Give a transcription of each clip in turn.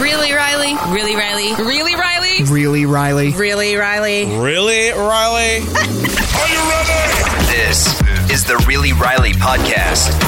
Really, Riley? Really, Riley? Really, Riley? Really, Riley? Really, Riley? Really, Riley? Are you ready? This is the Really Riley podcast.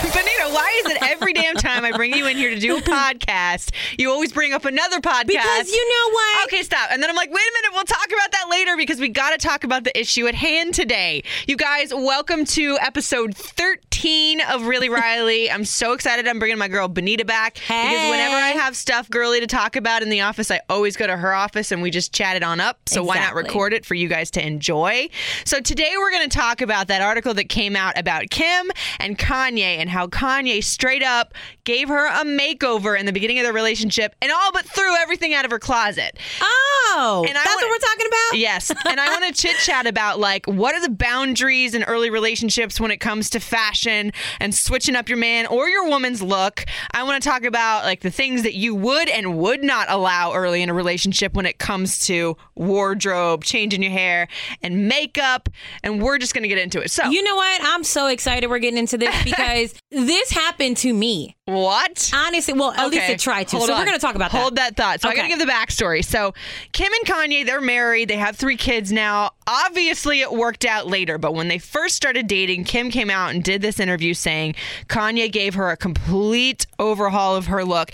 Benito, why is it every damn time I bring you in here to do a podcast, you always bring up another podcast? Because you know what? Okay, stop. And then I'm like, wait a minute, we'll talk about that later because we got to talk about the issue at hand today. You guys, welcome to episode 13 of Really Riley. I'm so excited I'm bringing my girl Benita back because whenever I have stuff girly to talk about in the office, I always go to her office and we just chat it on up. So why not Exactly. record it for you guys to enjoy? So today we're going to talk about that article that came out about Kim and Kanye and how Kanye straight up gave her a makeover in the beginning of their relationship and all but threw everything out of her closet. Oh, And I that's what wanna- we're talking about? Yes. And I want to chit chat about like what are the boundaries in early relationships when it comes to fashion and switching up your man or your woman's look. I want to talk about like the things that you would and would not allow early in a relationship when it comes to wardrobe, changing your hair, and makeup. And we're just going to get into it. So, You know what? I'm so excited we're getting into this because this happened to me. what? Honestly, well, at least Okay, it tried to. hold so on. we're going to talk about that. Hold that thought. So I got Okay. to give the backstory. So Kim and Kanye, they're married. They have three kids now. Obviously, it worked out later, but when they first started dating, Kim came out and did this interview saying Kanye gave her a complete overhaul of her look.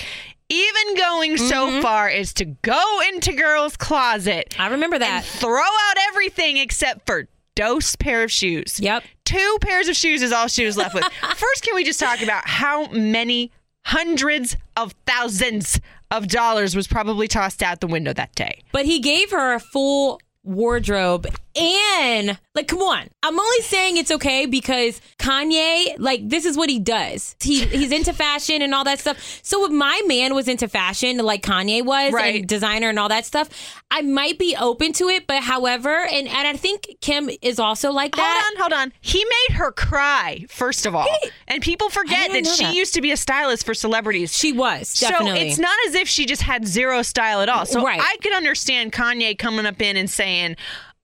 Even going Mm-hmm. so far as to go into girls' closet, I remember that. throw out everything except for dose pair of shoes. Yep. Two pairs of shoes is all she was left with. First, can we just talk about how many hundreds of thousands of dollars was probably tossed out the window that day? But he gave her a full wardrobe and like come on i'm only saying it's okay because kanye like this is what he does he he's into fashion and all that stuff so if my man was into fashion like kanye was Right. and designer and all that stuff i might be open to it but however and and i think kim is also like that Hold on, hold on. He made her cry, first of all. and people forget didn't that know she that. used to be a stylist for celebrities. she was definitely So it's not as if she just had zero style at all. So Right. I could understand Kanye coming up in and saying,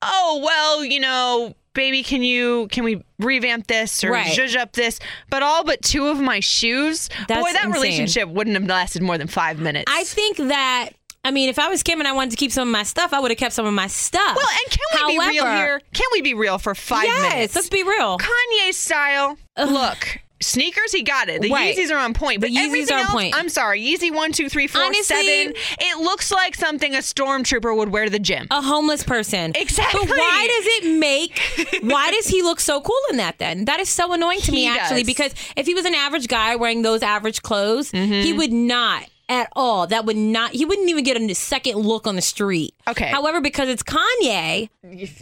"Oh well, you know, baby, can you can we revamp this or Right. zhuzh up this?" But all but two of my shoes, That's boy, that insane. relationship wouldn't have lasted more than five minutes. i think that i mean if i was kim and i wanted to keep some of my stuff i would have kept some of my stuff well, and can we be real However- here? Can we be real for five yes minutes? let's be real Kanye's style. Look, sneakers, he got it. The Right. Yeezys are on point, The but Yeezys everything are on else, point. I'm sorry, Yeezy one, two, three, four, seven. Honestly- It looks like something a stormtrooper would wear to the gym. a homeless person. Exactly. But why does it make? Why does he look so cool in that? Then that is so annoying to me He actually does. because if he was an average guy wearing those average clothes, Mm-hmm. he would not. At all, that would not. He wouldn't even get a second look on the street. Okay. However, because it's Kanye,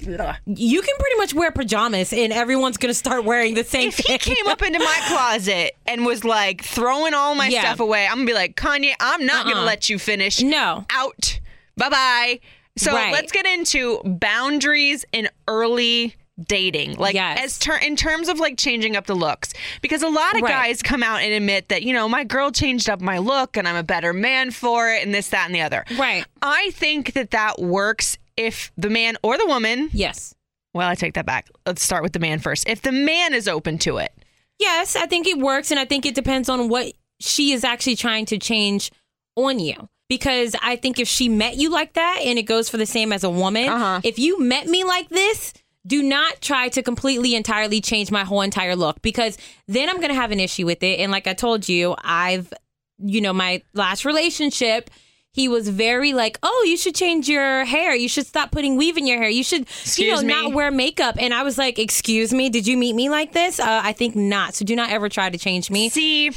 you can pretty much wear pajamas, and everyone's gonna start wearing the same if thing. he came up into my closet and was like throwing all my Yeah. stuff away, I'm gonna be like, Kanye, I'm not Uh-uh. gonna let you finish. No. Out. Bye bye. So Right. let's get into boundaries in early dating like Yes. as ter- in terms of like changing up the looks because a lot of Right. guys come out and admit that you know my girl changed up my look and i'm a better man for it and this that and the other Right. i think that that works if the man or the woman yes. well i take that back let's start with the man first if the man is open to it Yes, I think it works, and I think it depends on what she is actually trying to change on you. Because I think if she met you like that, and it goes for the same as a woman, Uh-huh. if you met me like this, do not try to completely entirely change my whole entire look because then I'm going to have an issue with it. And like I told you, I've, you know, my last relationship, he was very like, oh, you should change your hair. You should stop putting weave in your hair. You should, you know, Excuse me. not wear makeup. And I was like, excuse me, did you meet me like this? Uh, I think not. So do not ever try to change me. See,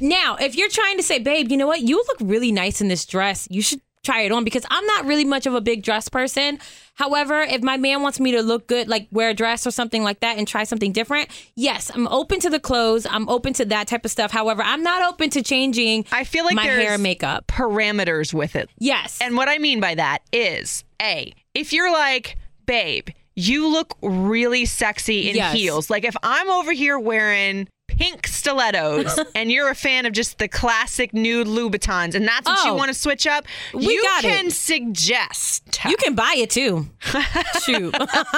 Now, if you're trying to say, babe, you know what? You look really nice in this dress. You should try it on because I'm not really much of a big dress person. However, if my man wants me to look good, like wear a dress or something like that and try something different, yes, I'm open to the clothes. I'm open to that type of stuff. However, I'm not open to changing I feel like my there's hair and makeup. parameters with it. Yes. And what I mean by that is A, if you're like, babe, you look really sexy in Yes. heels. Like if I'm over here wearing pink stilettos and you're a fan of just the classic nude Louboutins and that's what you Oh. want to switch up, We you got it. can suggest. you can buy it too. Shoot.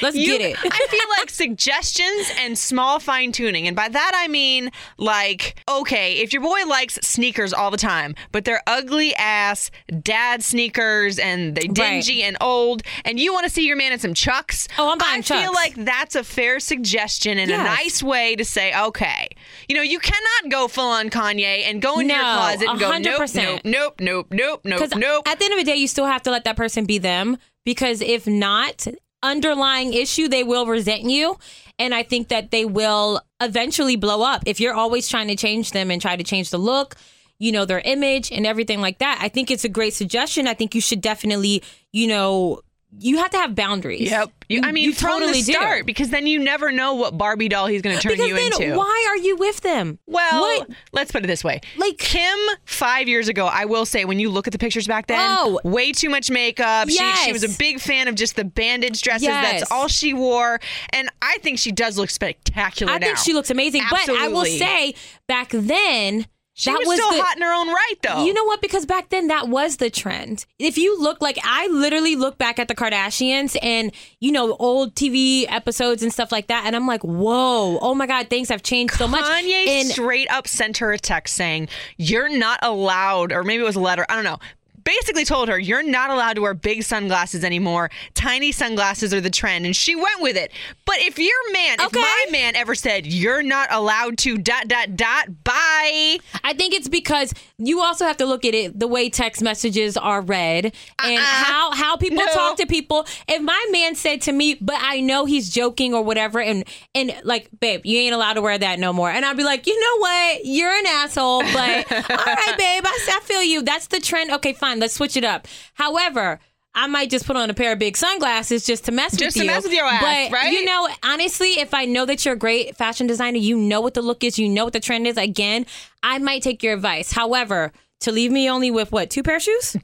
Let's You- get it. I feel like suggestions and small fine tuning. And by that I mean like, okay, if your boy likes sneakers all the time, but they're ugly ass dad sneakers and they dingy and old, and you want to see your man in some chucks. Oh, I'm buying I feel Chucks. like that's a fair suggestion and a Yes. nice way to say, okay, you know, you cannot go full on Kanye and go into your No, closet and go, nope, 100%. nope, nope, nope, nope, Because nope. at the end of the day, you still have to let that person be them. Because if not, underlying issue, they will resent you. And I think that they will eventually blow up. If you're always trying to change them and try to change the look, you know, their image and everything like that, I think it's a great suggestion. I think you should definitely, you know, you have to have boundaries. You, I mean, from the do. start, because then you never know what Barbie doll he's going to turn Because you then into. why are you with them? Well, What? let's put it this way. Like- Kim, five years ago, I will say, when you look at the pictures back then, Oh. way too much makeup. She, she Yes. was a big fan of just the bandage dresses. Yes. That's all she wore. And I think she does look spectacular I now. think she looks amazing. But I will Absolutely. say, back then, She that was, was still the, hot in her own right, though. You know what? Because back then that was the trend. If you look like I literally look back at the Kardashians and you know old TV episodes and stuff like that, and I'm like, whoa, oh my god, things have changed so much. Kanye And straight up sent her a text saying, You're not allowed, or maybe it was a letter, I don't know. Basically told her, You're not allowed to wear big sunglasses anymore. Tiny sunglasses are the trend. And she went with it. But if your man, if Okay. my man ever said, You're not allowed to dot, dot, dot, bye. I think it's because you also have to look at it the way text messages are read and how how people No. talk to people. If my man said to me, "But I know he's joking or whatever," and and like, babe, you ain't allowed to wear that no more, and I'd be like, you know what, you're an asshole, but all right, babe, I, s- I feel you. That's the trend. Okay, fine, let's switch it up. However. I might just put on a pair of big sunglasses just to mess with Just to you. mess with your ass, but right? you know, know, honestly, if I know that you're a great fashion designer, you know what the look is, you know what the trend is, again, I might take your advice. However, to leave me only with what, two pair of shoes?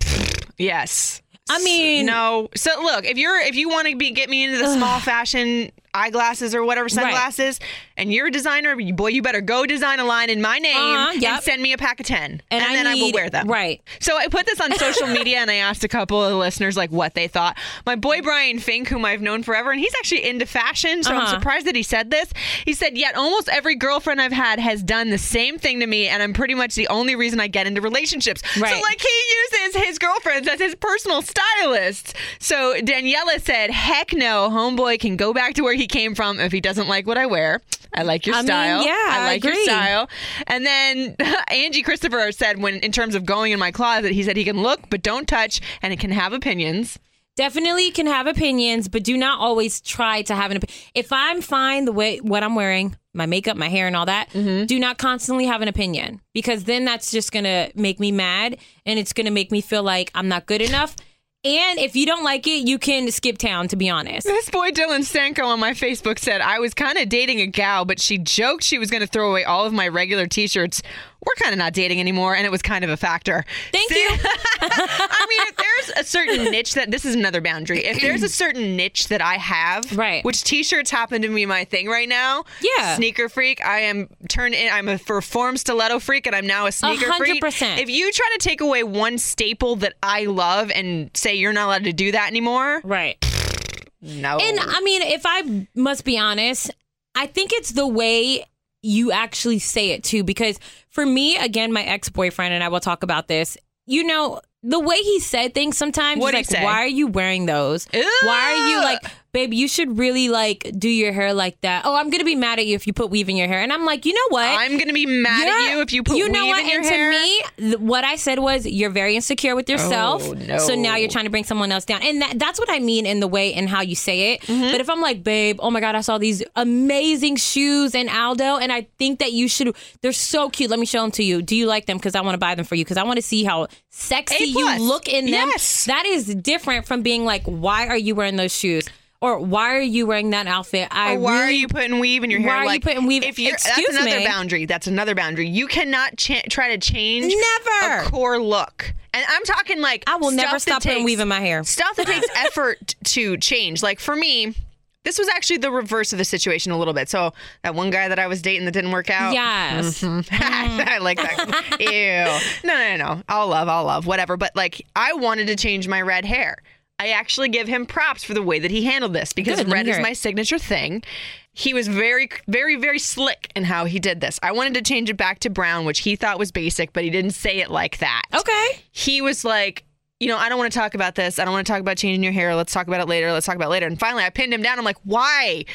Yes. I mean- no. So look, if you're if you want to be get me into the small fashion eyeglasses or whatever sunglasses, and you're a designer, boy, you better go design a line in my name Uh-huh, and yep. send me a pack of ten, and, then I will need- wear them. Right. So I put this on social media and I asked a couple of listeners like what they thought. My boy Brian Fink, whom I've known forever, and he's actually into fashion, so I'm Uh-huh. surprised that he said this. He said, "Yet almost every girlfriend I've had has done the same thing to me, and I'm pretty much the only reason I get into relationships." So Right. like he uses his girlfriends as his personal stylists. So Daniela said, "Heck no, homeboy can go back to where he came from if he doesn't like what I wear. I like your I mean, style. yeah, I I like your agree. style." style. And then Angie Christopher said, when in terms of going in my closet, he said he can look but don't touch, and it can have opinions. Definitely can have opinions, but do not always try to have an opinion. If I'm fine the way what I'm wearing, my makeup, my hair, and all that, Mm-hmm. do not constantly have an opinion because then that's just gonna make me mad and it's gonna make me feel like I'm not good enough. And if you don't like it, you can skip town. To be honest, This boy Dylan Stanko on my Facebook said I was kind of dating a gal, but she joked she was going to throw away all of my regular T-shirts. We're kind of not dating anymore, and it was kind of a factor. Thank See- you. I mean, if there's a certain niche that this is another boundary. If there's a certain niche that I have, Right. which t-shirts happen to be my thing right now. Yeah. sneaker freak. I am turned in. I'm a perform stiletto freak, and I'm now a sneaker freak. 100%. If you try to take away one staple that I love and say you're not allowed to do that anymore, right? no. And I mean, if I must be honest, I think it's the way you actually say it too. Because for me, again, my ex boyfriend, and I will talk about this, you know, the way he said things sometimes, What'd he's he like, say? why are you wearing those? Why are you Ugh. like, babe, you should really like do your hair like that. Oh, I'm gonna be mad at you if you put weave in your hair. And I'm like, you know what? I'm gonna be mad at You're- you if you put know weave what? in your and hair. to me, th- what I said was you're very insecure with yourself. Oh, no. So now you're trying to bring someone else down, and that, that's what I mean in the way and how you say it. Mm-hmm. But if I'm like, babe, oh my god, I saw these amazing shoes in Aldo, and I think that you should. They're so cute. Let me show them to you. Do you like them? Because I want to buy them for you. Because I want to see how sexy A plus. you look in them. Yes. That is different from being like, why are you wearing those shoes? Or why are you wearing that outfit? I Or why really are you putting weave in your hair? Why are you Like, putting weave- If you're, Excuse that's another me. boundary. That's another boundary. You cannot cha- try to change Never. a core look. And I'm talking like I will stuff never that stop putting takes- weave in my hair. Stuff that takes effort to change. Like for me, this was actually the reverse of the situation a little bit. So that one guy that I was dating that didn't work out. Yes. Mm. I like that. Ew. No, no, no. I'll love, I'll love, whatever. But like, I wanted to change my red hair. I actually give him props for the way that he handled this because Good, let me red is hear it. my signature thing. He was very, very, very slick in how he did this. I wanted to change it back to brown, which he thought was basic, but he didn't say it like that Okay. he was like, you know, I don't want to talk about this. I don't want to talk about changing your hair. Let's talk about it later. Let's talk about it later. And finally, I pinned him down. I'm like, why?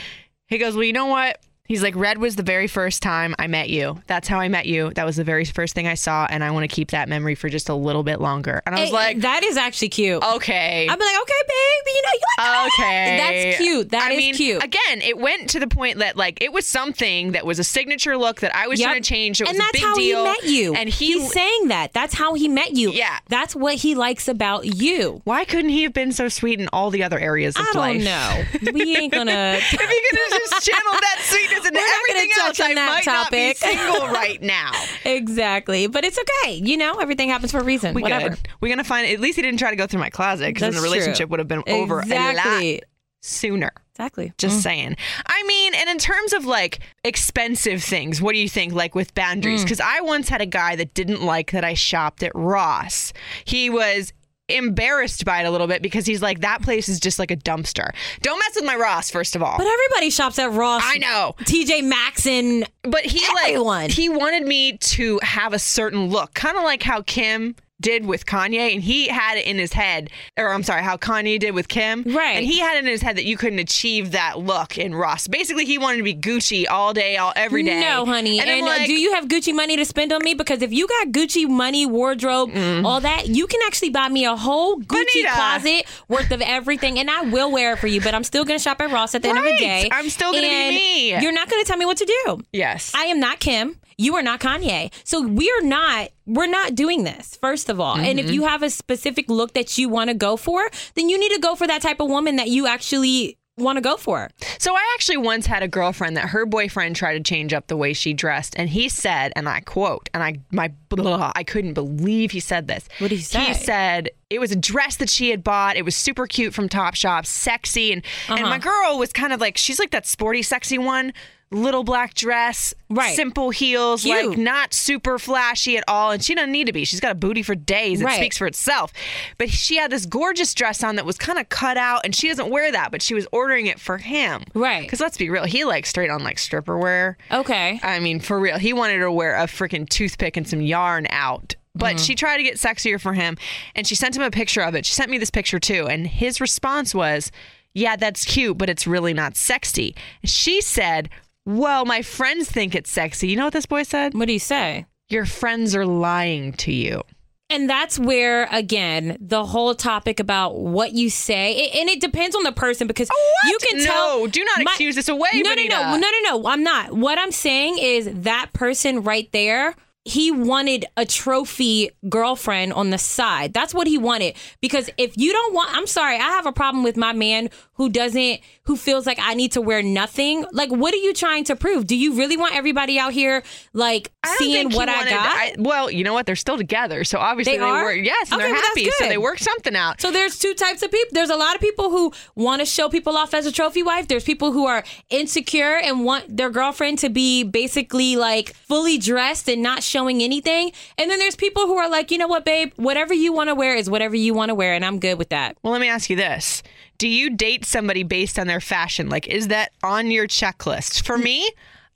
He goes, well, you know what? He's like, red was the very first time I met you. That's how I met you. That was the very first thing I saw. And I want to keep that memory for just a little bit longer. And I was Hey, like, that is actually cute. okay. I'd be like, okay, babe, you know, you like that. Okay. That's cute. That I is mean, cute. Again, it went to the point that like it was something that was a signature look that I was Yep. trying to change. It was and a that's big how deal. he met you. And he he's saying that. That's how he met you. Yeah. That's what he likes about you. why couldn't he have been so sweet in all the other areas of I don't life? know. We ain't gonna. if you could have just channeled that sweetness into We're not gonna everything touch else, I on that might topic. not be single right now. exactly. But it's okay. You know, everything happens for a reason. We Whatever. good. We're gonna find. At least he didn't try to go through my closet because then That's the true. relationship would have been over a lot Exactly. Mm. sooner. Exactly. Just saying. I mean, and in terms of like expensive things, what do you think? Like with Mm. boundaries? Because I once had a guy that didn't like that I shopped at Ross. He was embarrassed by it a little bit because he's like, that place is just like a dumpster. Don't mess with my Ross, first of all. But everybody shops at Ross. I know. TJ Maxx and But he Everyone. like he wanted me to have a certain look, kind of like how Kim did with Kanye, and he had it in his head, or I'm sorry, how Kanye did with Kim, Right. And he had it in his head that you couldn't achieve that look in Ross. Basically, he wanted to be Gucci all day, all every day. No, honey. And, I'm uh, like, do you have Gucci money to spend on me? Because if you got Gucci money, wardrobe, all that, you can actually buy me a whole Gucci Mm. Bonita. closet worth of everything, and I will wear it for you. But I'm still gonna shop at Ross at the end of Right. the day. I'm still gonna be And me. You're not gonna tell me what to do. Yes. I am not Kim. You are not Kanye. So we're not we're not doing this, first of all. And if Mm-hmm. you have a specific look that you want to go for, then you need to go for that type of woman that you actually want to go for. So I actually once had a girlfriend that her boyfriend tried to change up the way she dressed, and he said, and I quote, and I my blah, I couldn't believe he said this. What did he say? He said it was a dress that she had bought. It was super cute from Topshop, sexy, and and Uh-huh. my girl was kind of like she's like that sporty, sexy one. Little black dress, Right. simple heels, Cute. like not super flashy at all. And she doesn't need to be. She's got a booty for days. It Right. speaks for itself. But she had this gorgeous dress on that was kind of cut out, and she doesn't wear that, but she was ordering it for him. Right. Because let's be real, he like straight on like stripper wear. Okay. I mean, for real, he wanted her to wear a freaking toothpick and some yarn out. But Mm-hmm. she tried to get sexier for him, and she sent him a picture of it. She sent me this picture too, and his response was, "Yeah, that's cute, but it's really not sexy." She said, "Well, my friends think it's sexy." You know what this boy said? What do you say? Your friends are lying to you. And that's where, again, the whole topic about what you say, it, and it depends on the person because you can No, tell. do not excuse this away, No, Benita. no, no, no, no, no. I'm not. What I'm saying is that person right there. He wanted a trophy girlfriend on the side. That's what he wanted. Because if you don't want, I'm sorry, I have a problem with my man who doesn't, who feels like I need to wear nothing. Like, what are you trying to prove? Do you really want everybody out here, like, don't seeing think he what I wanted- got? well, you know what? They're still together, so obviously They are? were. Yes, and Okay, they're well, that's happy, so good. they worked something out. So there's two types of people. There's a lot of people who want to show people off as a trophy wife. There's people who are insecure and want their girlfriend to be basically like fully dressed and not showing anything. And then there's people who are like, you know what, babe, whatever you want to wear is whatever you want to wear, and I'm good with that. Well, let me ask you this. Do you date somebody based on their fashion? Like, is that on your checklist? For me,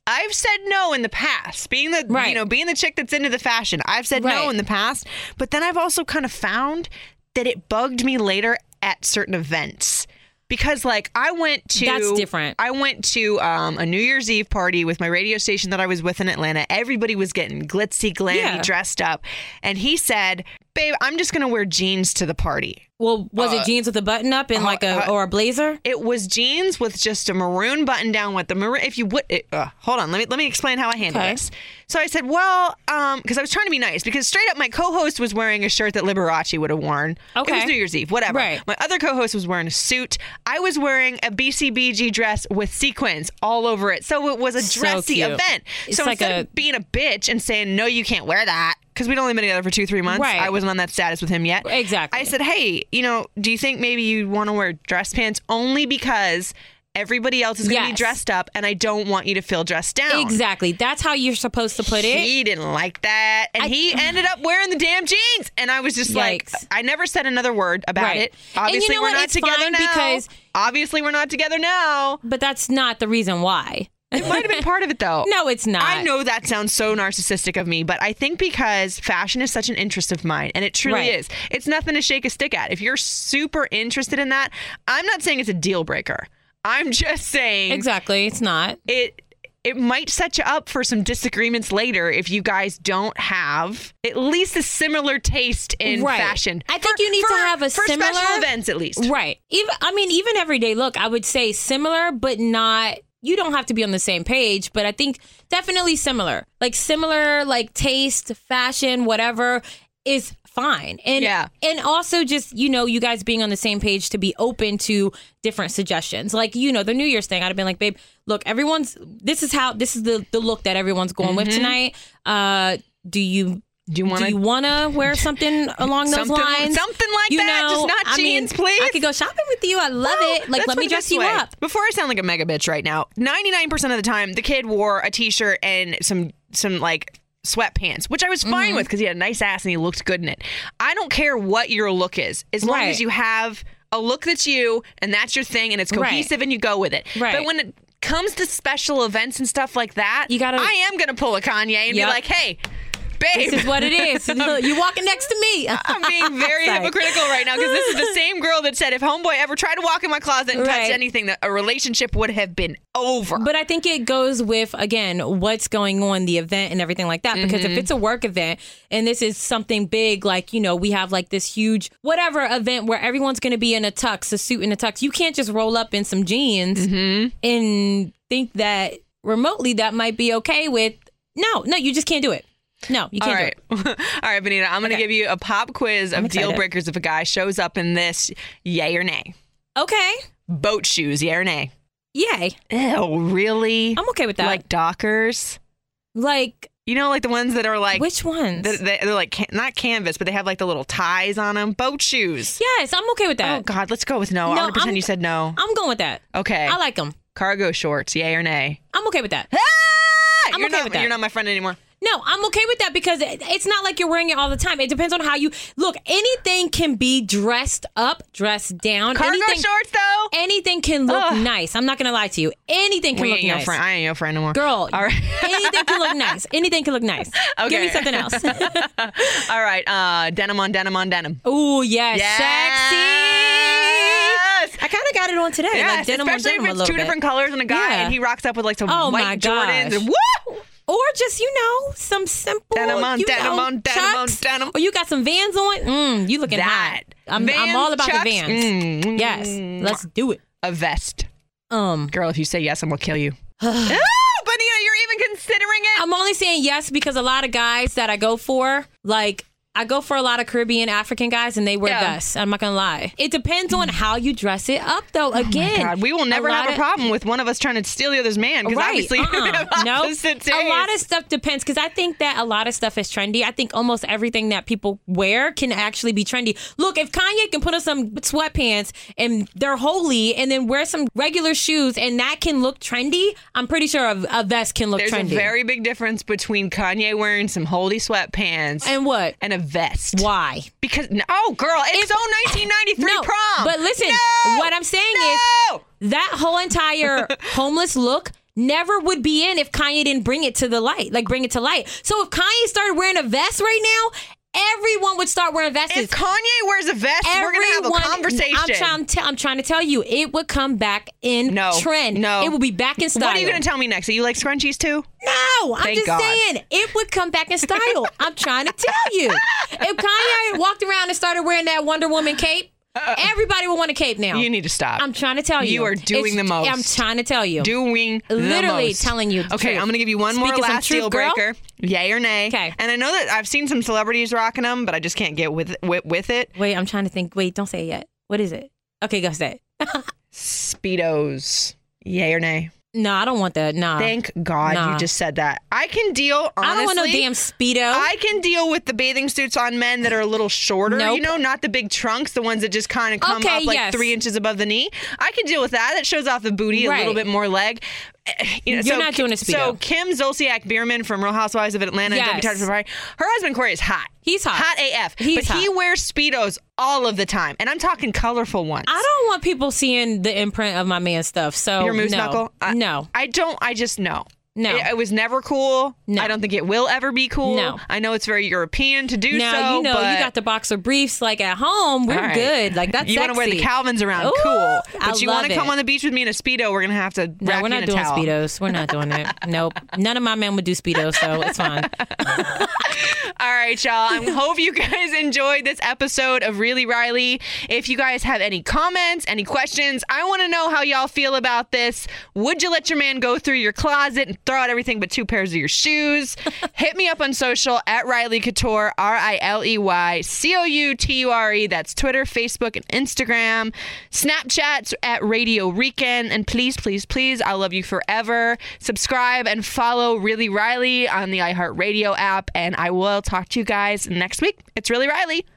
I've said no in the past. Being the you Right. know, being the chick that's into the fashion. I've said no Right. in the past. But then I've also kind of found that it bugged me later at certain events. because like I went to That's different. I went to um, a New Year's Eve party with my radio station that I was with in Atlanta. Everybody was getting glitzy, glammy, Yeah. dressed up, and he said, "Babe, I'm just gonna wear jeans to the party." Well, was Uh, it jeans with a button up and like a or a blazer? It was jeans with just a maroon button down with the maroon. If you would, it, uh, hold on. Let me let me explain how I handled Okay. this. So I said, well, because I was trying to be nice, because straight up, my co-host was wearing a shirt that Liberace would have worn. it was Okay. New Year's Eve, whatever. Right. My other co-host was wearing a suit. I was wearing a BCBG dress with sequins all over it, so it was a So dressy cute. event. It's so like instead a- of being a bitch and saying no, you can't wear that. Because we'd only been together for two, three months. Right. I wasn't on that status with him yet. Exactly. I said, hey, you know, do you think maybe you want to wear dress pants only because everybody else is going to be Yes. dressed up and I don't want you to feel dressed down? Exactly. That's how you're supposed to put it. He didn't like that. And I- he ended up wearing the damn jeans. And I was just like, Yikes. I never said another word about Right. it. And you Obviously, know we're what? not It's together fine now. because- Obviously, we're not together now. But that's not the reason why. It might have been part of it, though. No, it's not. I know that sounds so narcissistic of me, but I think because fashion is such an interest of mine, and it truly Right. is, it's nothing to shake a stick at. If you're super interested in that, I'm not saying it's a deal breaker. I'm just saying Exactly. It's not. it. It might set you up for some disagreements later if you guys don't have at least a similar taste in Right. fashion. I think you need to have a for similar- special events at least. Right. Even I mean, even everyday look, I would say similar, but not. You don't have to be on the same page, but I think definitely similar, like similar, like taste, fashion, whatever is fine. And Yeah. and also just you know you guys being on the same page to be open to different suggestions. Like you know the New Year's thing, I'd have been like, babe, look, everyone's this is how this is the the look that everyone's going with tonight. Uh, do you? Mm-hmm. Do you want do you to? want to wear something along those Something- lines? something like that, just not jeans, please. I could go shopping with you. I love it. Like, Let's let put me it dress this you way. up. Before I sound like a mega bitch right now, 99% of the time the kid wore a t-shirt and some some like sweatpants, which I was fine Mm-hmm. with cuz he had a nice ass and he looked good in it. I don't care what your look is. As long Right. as you have a look that's you and that's your thing and it's Right. cohesive and you go with it. Right. But when it comes to special events and stuff like that, You gotta- I am going to pull a Kanye Yep. and be like, "Hey, babe, This is what it is. You're walking next to me. I'm being very Sorry. hypocritical right now because this is the same girl that said if homeboy ever tried to walk in my closet and touched Right. anything, that a relationship would have been over. But I think it goes with again what's going on, the event and everything like that. Because Mm-hmm. if it's a work event and this is something big, like you know, we have like this huge whatever event where everyone's going to be in a tux, a suit and a tux. You can't just roll up in some jeans Mm-hmm. and think that remotely that might be okay with. No, no, you just can't do it. No, you all can't do it. right, all right, Benita. I'm going to give you a pop quiz of deal excited. breakers if a guy shows up in this, yay or nay. Okay. Boat shoes, yay or nay? Yay. Oh, really? I'm okay with that. Like, Like Dockers, you know, like the ones that are like which ones? They're, they're like ca- not canvas, but they have like the little ties on them. Boat shoes. yes, I'm okay with that. Oh God, let's go with No, no. I want to pretend I'm- you said no. I'm going with that. Okay. I like them. Cargo shorts, yay or nay? I'm okay with that. I'm you're okay not, with that. You're not my friend anymore. No, I'm okay with that because it- it's not like you're wearing it all the time. It depends on how you look. Anything can be dressed up, dressed down. Cargo anything, shorts though. anything can look nice. I'm not gonna lie to you. Anything can we look ain't your nice. friend. I ain't your friend no more. Girl, All right. anything can look nice. Anything can look nice. Give me Okay. something else. All right. Uh, denim on denim on denim. Ooh, yes, Yes. sexy. I kind of got it on today. Yes, like denim on especially denim a if it's little two bit. different colors and a guy, Yeah. and he rocks up with like some Oh, my white Jordans. gosh. And, woo! Or just, you know, some simple. Denim on you denim know, on denim on chucks. denim. Or you got some vans on. Mm, you looking That. hot. I'm, Vans, I'm all about chucks. the vans. Mm. Yes. Let's do it. A vest, Um, girl. If you say yes, I'm gonna kill you. oh, Benita, you're even considering it. I'm only saying yes because a lot of guys that I go for, like, I go for a lot of Caribbean African guys and they wear Yeah. vests. I'm not going to lie. It depends on how you dress it up, though. Again, Oh God, we will never have lot a of- problem with one of us trying to steal the other's man because Right. obviously uh-uh. we have No. opposite tastes. A lot of stuff depends because I think that a lot of stuff is trendy. I think almost everything that people wear can actually be trendy. Look, if Kanye can put on some sweatpants and they're holy and then wear some regular shoes and that can look trendy, I'm pretty sure a, a vest can look There's trendy. a very big difference between Kanye wearing some holdy sweatpants and what? and a vest. Why? Because oh, girl, it's If- so 1993 No, prom. but listen, No! what I'm saying is- no! That whole entire homeless look never would be in if Kanye didn't bring it to the light, like bring it to light. So if Kanye started wearing a vest right now, Everyone would start wearing vests. If Kanye wears a vest, we're gonna have a conversation. I'm, try- I'm, t- I'm trying to tell you, it would come back in No, trend. no. It would be back in style. What are you gonna tell me next? That you like scrunchies too? No, I'm Thank just God. saying it would come back in style. I'm trying to tell you. If Kanye walked around and started wearing that Wonder Woman cape, everybody would want a cape now. Uh-uh. You need to stop. I'm trying to tell you. You are doing the most. I'm trying to tell you. doing the Literally most. telling you the Okay, truth. I'm gonna give you one more Speaking some last truth, deal girl. breaker. Yay or nay? 'Kay. And I know that I've seen some celebrities rocking them, but I just can't get with with, with it. Wait, I'm trying to think. Wait, don't say it yet. What is it? Okay, go say it. Speedos. Yay or nay? no, I don't want that. No. Thank God Uh, Nah. you just said that. I can deal. Honestly, I don't want no damn Speedo. I can deal with the bathing suits on men that are a little shorter, Nope. you know, not the big trunks, the ones that just kind of come Okay, up like yes. three inches above the knee. I can deal with that. That shows off the booty, a little Right. bit more leg. Eh, You know, You're so not Ki- doing a So Speedo. Kim Zolciak Bierman from Real Housewives of Atlanta and Yes. Debbie Tartar her husband Corey is hot. He's hot. Hot AF. He's but he hot. wears Speedos all of the time. And I'm talking colorful ones. I don't want people seeing the imprint of my man's stuff. So Your moose Oh, no. knuckle? I, no. I don't. I just know. No. It, it was never cool. No. I don't think it will ever be cool. No. I know it's very European to do so. Now you know but- you got the boxer briefs like at home. We're All right. good. Like that's You sexy. want to wear the Calvins around? Ooh, cool. But I you love wanna come it. on the beach with me in a speedo? We're gonna have to. No, wrap we're you in not a doing towel. speedos. We're not doing it. Nope. None of my men would do speedos, so it's fine. All right, y'all. I hope you guys enjoyed this episode of Really Riley. If you guys have any comments, any questions, I want to know how y'all feel about this. Would you let your man go through your closet and throw out everything but two pairs of your shoes? Hit me up on social at Riley Couture, R I L E Y C O U T U R E. That's Twitter, Facebook, and Instagram. Snapchats at Radio Recon. And please, please, please, I love you forever. Subscribe and follow Really Riley on the iHeartRadio app. And I will talk to you guys next week. It's Really Riley.